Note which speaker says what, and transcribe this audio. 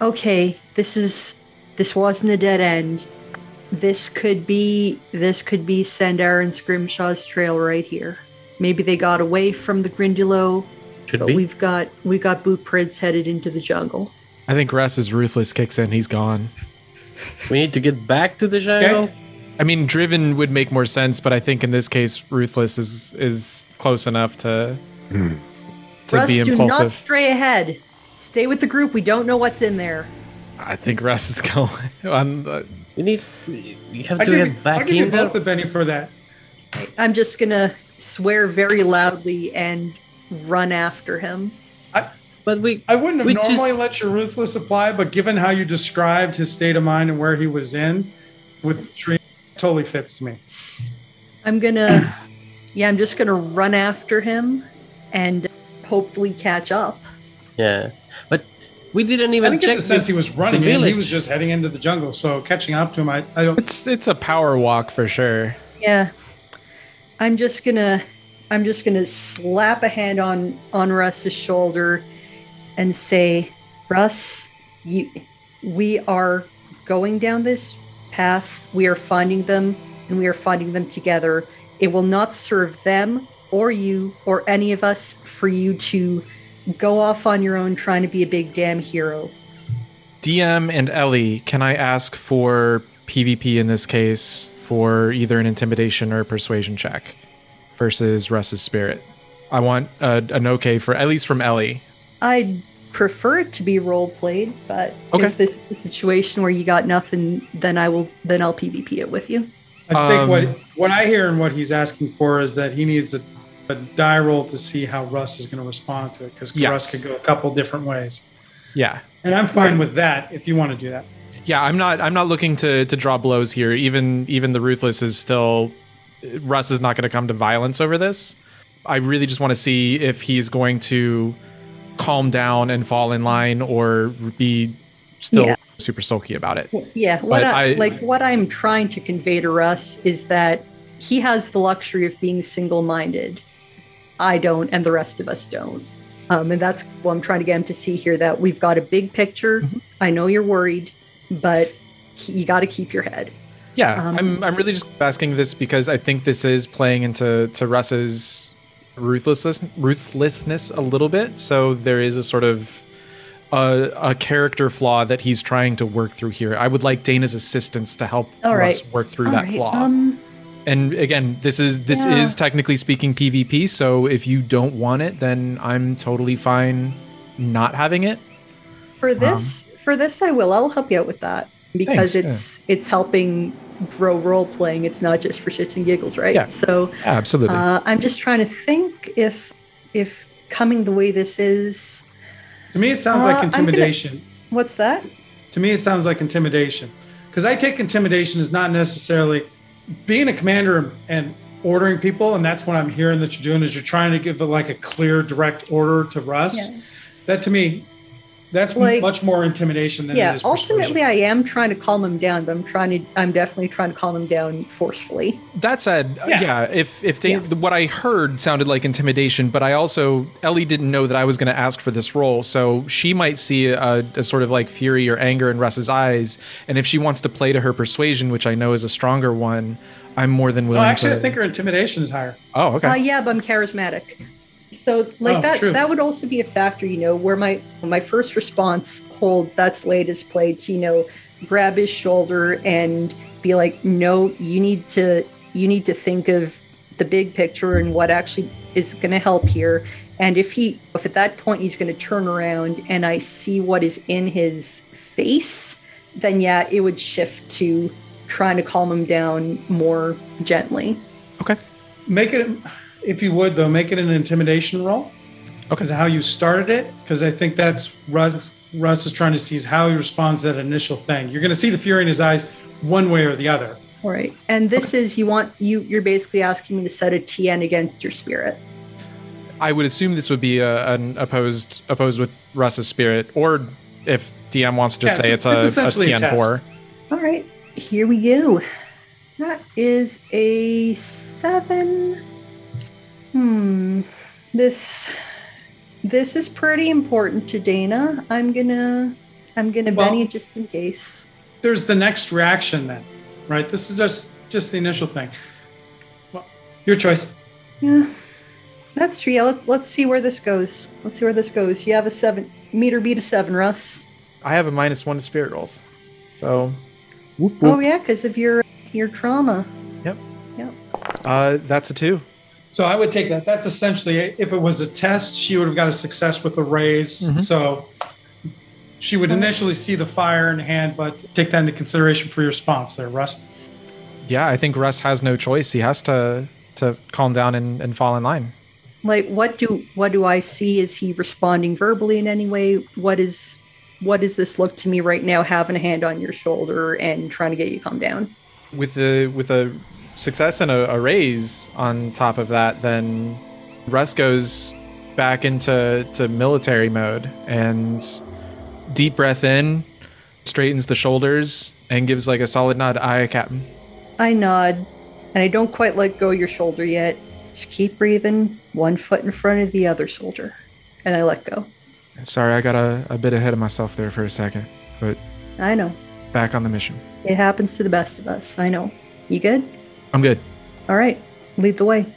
Speaker 1: okay, this is this wasn't a dead end. This could be this could be Sandar and Scrimshaw's trail right here. Maybe they got away from the Grindulo,
Speaker 2: Should
Speaker 1: but
Speaker 2: be.
Speaker 1: we've got we got boot prints headed into the jungle.
Speaker 3: I think Russ's ruthless kicks in. He's gone.
Speaker 2: We need to get back to the jungle.
Speaker 3: I mean, driven would make more sense, but I think in this case, ruthless is is close enough to to
Speaker 1: Russ,
Speaker 3: be
Speaker 1: do not
Speaker 3: impulsive.
Speaker 1: stray ahead. Stay with the group. We don't know what's in there.
Speaker 3: I think Russ is going. On the,
Speaker 2: We need. We have
Speaker 4: I
Speaker 2: to
Speaker 4: give,
Speaker 2: get
Speaker 4: I
Speaker 2: back
Speaker 4: give you
Speaker 2: in there.
Speaker 4: both the Benny for that.
Speaker 1: I'm just gonna swear very loudly and run after him.
Speaker 2: But we.
Speaker 4: I wouldn't have
Speaker 2: We
Speaker 4: normally
Speaker 2: just-
Speaker 4: let your ruthless apply, but given how you described his state of mind and where he was in, with the tree, totally fits to me.
Speaker 1: I'm gonna, yeah, I'm just gonna run after him and hopefully catch up.
Speaker 2: Yeah. But we didn't
Speaker 4: I
Speaker 2: even
Speaker 4: didn't get
Speaker 2: check
Speaker 4: the sense
Speaker 2: the,
Speaker 4: he was running
Speaker 2: the
Speaker 4: in; he
Speaker 2: village.
Speaker 4: was just heading into the jungle. So catching up to him, I, I don't.
Speaker 3: it's it's a power walk for sure.
Speaker 1: Yeah, I'm just gonna, I'm just gonna slap a hand on on Russ's shoulder and say, Russ, you, we are going down this path. We are finding them, and we are finding them together. It will not serve them or you or any of us for you to go off on your own trying to be a big damn hero.
Speaker 3: DM and Ellie, can I ask for PvP in this case for either an intimidation or a persuasion check versus Russ's spirit? I want a, an okay for at least from Ellie.
Speaker 1: I'd prefer it to be role played, but
Speaker 3: Okay.
Speaker 1: if this is a situation where you got nothing, then I will then I'll PvP it with you.
Speaker 4: I think
Speaker 3: Um,
Speaker 4: what what I hear and what he's asking for is that he needs a, a die roll to see how Russ is going to respond to it because Russ
Speaker 3: Yes.
Speaker 4: could go a couple different ways,
Speaker 3: Yeah.
Speaker 4: and I'm fine with that if you want to do that.
Speaker 3: Yeah, I'm not I'm not looking to to draw blows here. Even even the ruthless is still Russ is not going to come to violence over this. I really just want to see if he's going to calm down and fall in line or be still
Speaker 1: Yeah.
Speaker 3: super sulky about it.
Speaker 1: Yeah, what
Speaker 3: But
Speaker 1: I,
Speaker 3: I-
Speaker 1: like what I'm trying to convey to Russ is that he has the luxury of being single-minded. I don't, and the rest of us don't. Um, and that's what I'm trying to get him to see here that we've got a big picture.
Speaker 3: Mhm.
Speaker 1: I know you're worried, but you got to keep your head.
Speaker 3: Yeah,
Speaker 1: Um,
Speaker 3: I'm I'm really just asking this because I think this is playing into to Russ's ruthlessness ruthlessness a little bit. So there is a sort of a, a character flaw that he's trying to work through here. I would like Dana's assistance to help
Speaker 1: All right.
Speaker 3: Russ work through that
Speaker 1: Alright,
Speaker 3: flaw.
Speaker 1: Um,
Speaker 3: and again, this is this
Speaker 1: Yeah.
Speaker 3: is technically speaking PvP. So if you don't want it, then I'm totally fine not having it.
Speaker 1: for this for this i will i'll help you out with that because
Speaker 3: Um, Thanks, yeah.
Speaker 1: it's it's helping grow role playing it's not just for shits and giggles right
Speaker 3: Yeah.
Speaker 1: so
Speaker 3: absolutely.
Speaker 1: uh, i'm just trying to think if if coming the way this is
Speaker 4: To me, it sounds
Speaker 1: Uh,
Speaker 4: like
Speaker 1: I'm gonna-
Speaker 4: intimidation.
Speaker 1: what's that
Speaker 4: To me, it sounds like intimidation because I take intimidation as not necessarily being a commander and- and ordering people, and that's what I'm hearing that you're doing is you're trying to give like a clear, direct order to Russ.
Speaker 1: Yeah.
Speaker 4: That to me, that's
Speaker 1: Like-
Speaker 4: much more intimidation than it
Speaker 1: yeah
Speaker 4: is
Speaker 1: ultimately
Speaker 4: persuasion.
Speaker 1: i am trying to calm him down but i'm trying to i'm definitely trying to calm him down forcefully
Speaker 3: That said, uh,
Speaker 4: Yeah.
Speaker 3: yeah, if if they,
Speaker 1: Yeah.
Speaker 3: what I heard sounded like intimidation, but I also Ellie didn't know that I was going to ask for this role, so she might see a, a sort of like fury or anger in Russ's eyes, and if she wants to play to her persuasion, which I know is a stronger one, I'm more than
Speaker 4: No,
Speaker 3: willing
Speaker 4: actually,
Speaker 3: to.
Speaker 4: I think her intimidation is higher.
Speaker 3: oh, okay.
Speaker 1: Uh, yeah, but I'm charismatic. So like
Speaker 4: Oh,
Speaker 1: that
Speaker 4: true.
Speaker 1: that would also be a factor, you know, where my my first response holds that's latest play to, you know, grab his shoulder and be like, no, you need to you need to think of the big picture and what actually is gonna help here. And if he if at that point he's gonna turn around and I see what is in his face, then yeah, it would shift to trying to calm him down more gently.
Speaker 4: Make it, if you would though, make it an intimidation roll.
Speaker 3: Okay.
Speaker 4: Because how you started it, because I think that's Russ. Russ is trying to see is how he responds to that initial thing. You're going to see the fury in his eyes, one way or the other.
Speaker 1: All right. And this is you want you you're basically asking me to set a TN against your spirit.
Speaker 3: I would assume this would be a, an opposed opposed with Russ's spirit, or if DM wants to
Speaker 4: Yeah,
Speaker 3: just say it's,
Speaker 4: it's- it's
Speaker 3: a- a,
Speaker 4: essentially a
Speaker 3: TN4.
Speaker 4: test.
Speaker 1: All right. Here we go. That is a 7. Hmm. This this is pretty important to Dana. I'm going to I'm gonna
Speaker 4: Well-
Speaker 1: Benny just in case.
Speaker 4: there's the next reaction then, right? This is just just the initial thing. Well, your choice.
Speaker 1: Yeah, that's true. Yeah, let, let's see where this goes. Let's see where this goes. You have a seven meter beat a seven, Russ.
Speaker 3: I have a minus one to spirit rolls. So
Speaker 2: Whoop,
Speaker 1: Oh
Speaker 2: whoop.
Speaker 1: yeah, because of your your trauma.
Speaker 3: uh, that's a two.
Speaker 4: So I would take that. That's essentially if it was a test, she would have got a success with the raise.
Speaker 3: Mhm.
Speaker 4: So she would initially see the fire in hand, but take that into consideration for your response there, Russ.
Speaker 3: Yeah, I think Russ has no choice. He has to to calm down and, and fall in line.
Speaker 1: Like, what do what do I see? Is he responding verbally in any way? What is what does this look to me right now? Having a hand on your shoulder and trying to get you calm down.
Speaker 3: with the with a success and a, a raise on top of that, then Russ goes back into to military mode and deep breath in, straightens the shoulders, and gives like a solid nod. Aye, Captain.
Speaker 1: I nod, and I don't quite let go of your shoulder yet. Just keep breathing, one foot in front of the other shoulder, and I let go.
Speaker 3: Sorry, I got a, a bit ahead of myself there for a second, but
Speaker 1: I know
Speaker 3: back on the mission.
Speaker 1: it happens to the best of us. I know. You good?
Speaker 3: I'm good.
Speaker 1: All right, lead the way.